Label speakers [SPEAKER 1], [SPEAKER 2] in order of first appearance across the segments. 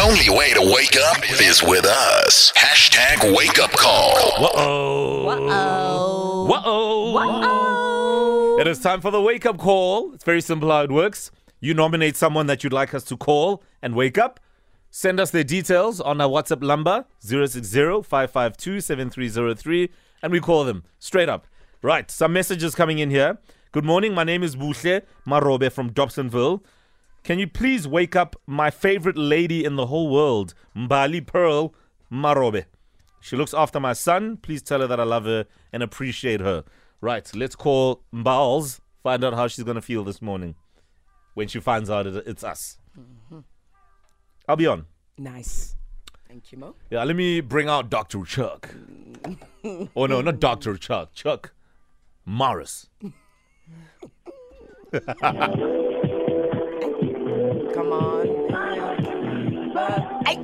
[SPEAKER 1] only way to wake up is with us. Hashtag wake up call.
[SPEAKER 2] Whoa.
[SPEAKER 3] Whoa.
[SPEAKER 2] Whoa. It is time for the wake up call. It's very simple how it works. You nominate someone that you'd like us to call and wake up. Send us their details on our WhatsApp number 060-552-7303 and we call them straight up. Right, some messages coming in here. Good morning, my name is Bushle Marobe from Dobsonville. Can you please wake up my favorite lady in the whole world, Mbali Pearl Marobe? She looks after my son. Please tell her that I love her and appreciate her. Right, let's call Mbals, find out how she's going to feel this morning when she finds out it- it's us. I'll be on.
[SPEAKER 3] Nice. Thank you, Mo.
[SPEAKER 2] Yeah, let me bring out Dr. Chuck. oh, no, not Dr. Chuck. Chuck Morris.
[SPEAKER 3] Come on. Ay.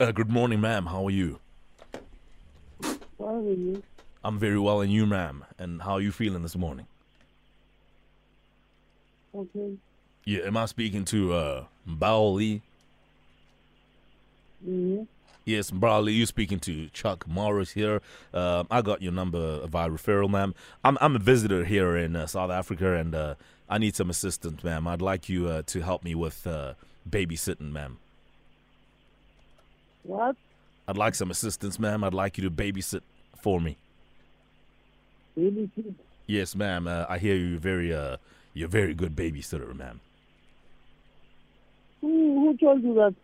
[SPEAKER 2] Uh, good morning, ma'am. How are you?
[SPEAKER 4] How are you?
[SPEAKER 2] I'm very well, and you, ma'am. And how are you feeling this morning?
[SPEAKER 4] Okay.
[SPEAKER 2] Yeah, am I speaking to uh, Mbaoli?
[SPEAKER 4] hmm
[SPEAKER 2] Yes, Bradley, you speaking to Chuck Morris here. Uh, I got your number via referral, ma'am. I'm, I'm a visitor here in uh, South Africa, and uh, I need some assistance, ma'am. I'd like you uh, to help me with uh, babysitting, ma'am.
[SPEAKER 4] What?
[SPEAKER 2] I'd like some assistance, ma'am. I'd like you to babysit for me.
[SPEAKER 4] Really good.
[SPEAKER 2] Yes, ma'am. Uh, I hear you're very, uh, you're a very good babysitter, ma'am.
[SPEAKER 4] Who, who told you that?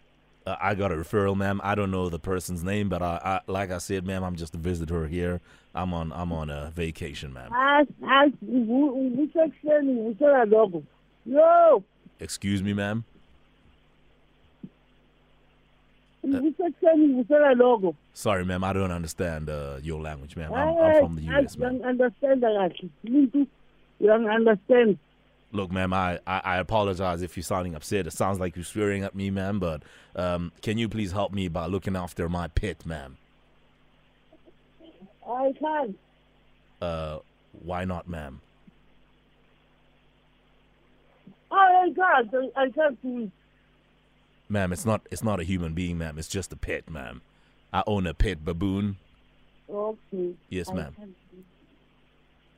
[SPEAKER 2] Uh, I got a referral, ma'am. I don't know the person's name, but I, I, like I said, ma'am, I'm just a visitor here. I'm on, I'm on a vacation, ma'am.
[SPEAKER 4] Ask, ask, who, who takes training? Who said dog? Yo!
[SPEAKER 2] Excuse me, ma'am. Uh,
[SPEAKER 4] Who takes training? Who said dog?
[SPEAKER 2] Sorry, ma'am, I don't understand uh, your language, ma'am. I'm, I'm
[SPEAKER 4] Uh, I
[SPEAKER 2] from the US, ma'am.
[SPEAKER 4] don't understand that. actually. Me too. You don't understand.
[SPEAKER 2] Look, ma'am, I, I, I apologize if you're sounding upset. It sounds like you're swearing at me, ma'am, but um, can you please help me by looking after my pet, ma'am?
[SPEAKER 4] I can't.
[SPEAKER 2] Uh, why not, ma'am?
[SPEAKER 4] Oh, I can't. I, I can't do it.
[SPEAKER 2] Ma'am, it's not it's not a human being, ma'am. It's just a pet, ma'am. I own a pet baboon.
[SPEAKER 4] Okay.
[SPEAKER 2] Yes,
[SPEAKER 4] I
[SPEAKER 2] ma'am.
[SPEAKER 4] can't do it.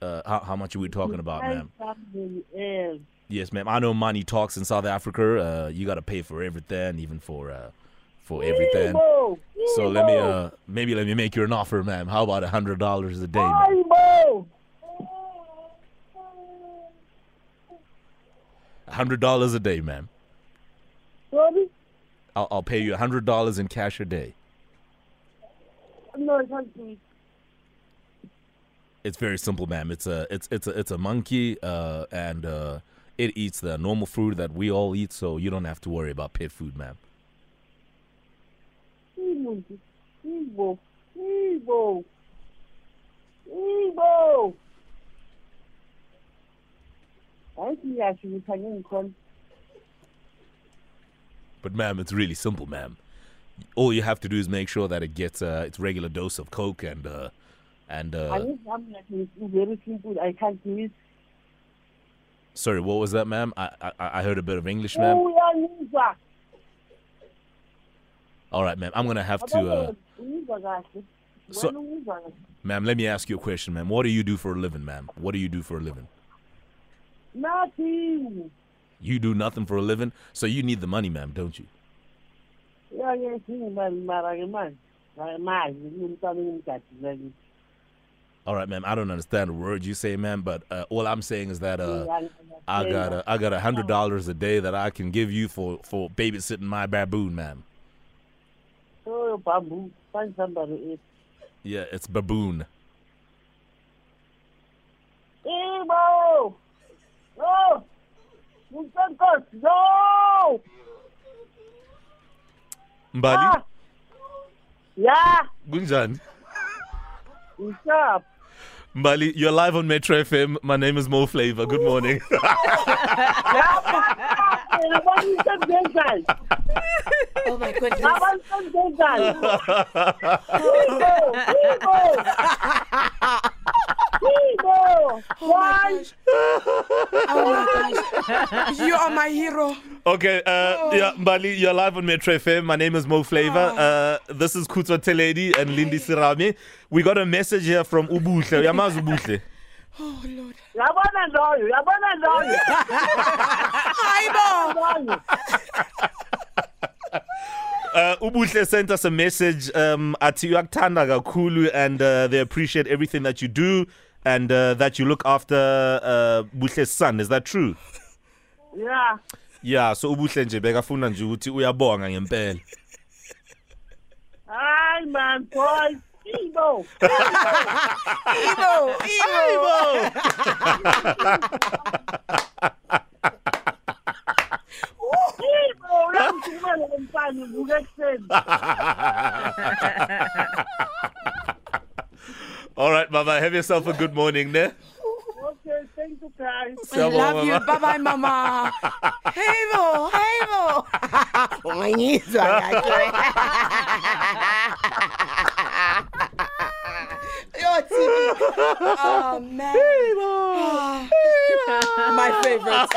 [SPEAKER 2] Uh, how, how much are we talking about,
[SPEAKER 4] Find
[SPEAKER 2] Uh, ma'am?
[SPEAKER 4] somebody else.
[SPEAKER 2] Yes, ma'am. I know money talks in South Africa. Uh, you gotta pay for everything, even for uh, for everything.
[SPEAKER 4] Ibo!
[SPEAKER 2] So let me
[SPEAKER 4] Ibo!
[SPEAKER 2] uh maybe let me make you an offer, ma'am. How about a hundred dollars a day? ma'am?
[SPEAKER 4] Ibo!
[SPEAKER 2] A hundred dollars a day, ma'am.
[SPEAKER 4] Sorry?
[SPEAKER 2] I'll, I'll pay you a hundred dollars in cash a day.
[SPEAKER 4] No, I can't do it.
[SPEAKER 2] It's very simple, ma'am. It's a it's it's a it's a monkey, uh, and uh, it eats the normal food that we all eat. So you don't have to worry about pet food, ma'am.
[SPEAKER 4] Imuntu, Igbo, Igbo, Igbo. Hayi siyasho ngithanye ngikhona.
[SPEAKER 2] But ma'am, it's really simple, ma'am. All you have to do is make sure that it gets uh, its regular dose of coke and uh, and uh,
[SPEAKER 4] Angihambi nathi very simple I can't do it.
[SPEAKER 2] sorry, what was that, ma'am? I, I I heard a bit of English, ma'am.
[SPEAKER 4] Uyanizwa.
[SPEAKER 2] All right, ma'am. I'm gonna have to. Uh,
[SPEAKER 4] Abanye uyizwa kahle.
[SPEAKER 2] So-
[SPEAKER 4] Wena uyizwa kahle.
[SPEAKER 2] Ma'am, let me ask you a question, ma'am. What do you do for a living, ma'am? What do you do for a living?
[SPEAKER 4] Nothing.
[SPEAKER 2] You do nothing for a living, so you need the money, ma'am, don't you?
[SPEAKER 4] Yake singimali mara ke manje. Hayi manje ngimntana ngimgadile.
[SPEAKER 2] All right, ma'am. I don't understand a word you say, ma'am, but uh, all I'm saying is that uh, I got a, I got a hundred dollars a day that I can give you for for babysitting my baboon, ma'am.
[SPEAKER 4] Oh, bamboo. Find somebody else.
[SPEAKER 2] Yeah, it's baboon.
[SPEAKER 4] Ebo! No! You can't go! No!
[SPEAKER 2] Mbali,
[SPEAKER 4] Ah! Yeah!
[SPEAKER 2] Gunjan.
[SPEAKER 4] It's up!
[SPEAKER 2] Mbali, you're live on Metro FM. My name is Mo Flavor. Good morning.
[SPEAKER 4] Abantu sengenzani?
[SPEAKER 3] Oh my goodness.
[SPEAKER 4] Abantu sengenzani? Ebo! Ebo! Ebo! Why
[SPEAKER 3] gosh. Oh my gosh. You are my hero.
[SPEAKER 2] Okay, uh, yeah, Mbali, you're live on Metro FM. My name is Mo Flavor. Uh, this is Kutwa Teledi and Lindy Sirami. We got a message here from Ubuhle. Yamaz Ubuhle.
[SPEAKER 3] Oh Lord.
[SPEAKER 4] Yabona loyo, yabona loyo,
[SPEAKER 3] Hi, Bo.
[SPEAKER 4] loyo.
[SPEAKER 2] Uh, Ubuhle sent us a message um, at Yaktanda Gakulu, and uh, they appreciate everything that you do and uh, that you look after uh, Ubutle's son. Is that true?
[SPEAKER 4] Yeah.
[SPEAKER 2] Yeah, so Ubuhle nje bekafuna nje ukuthi uyabonga ngempela.
[SPEAKER 4] Hi, man, boy. Sibo.
[SPEAKER 3] Bo. Bo.
[SPEAKER 4] Sibo. Uyangithumela ngempani uvuka ekuseni.
[SPEAKER 2] All right, Mama, have yourself a good morning, ne?
[SPEAKER 4] Okay, thank you, guys.
[SPEAKER 3] I love you. Bye bye, Mama. Hey, Bo. Hey, Bo. Ungangizwa kahle. Yo, TV. Oh, man. Ah, My favorite.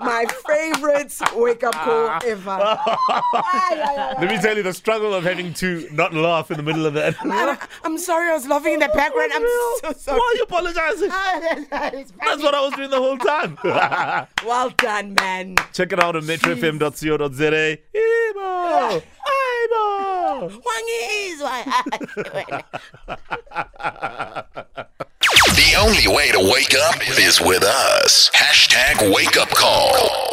[SPEAKER 3] My favorite wake up call ever. Ay, ay, ay,
[SPEAKER 2] Let me tell you the struggle of having to not laugh in the middle of that.
[SPEAKER 3] ay. I'm sorry, I was laughing in the background. I'm so sorry.
[SPEAKER 2] Why are you apologizing?
[SPEAKER 3] It's
[SPEAKER 2] That's what I was doing the whole time.
[SPEAKER 3] Well done, man.
[SPEAKER 2] Check it out on metrofm.co.za. Emo! Emo!
[SPEAKER 3] Wangizwa.
[SPEAKER 1] The only way to wake up is with us. Hashtag wake up call.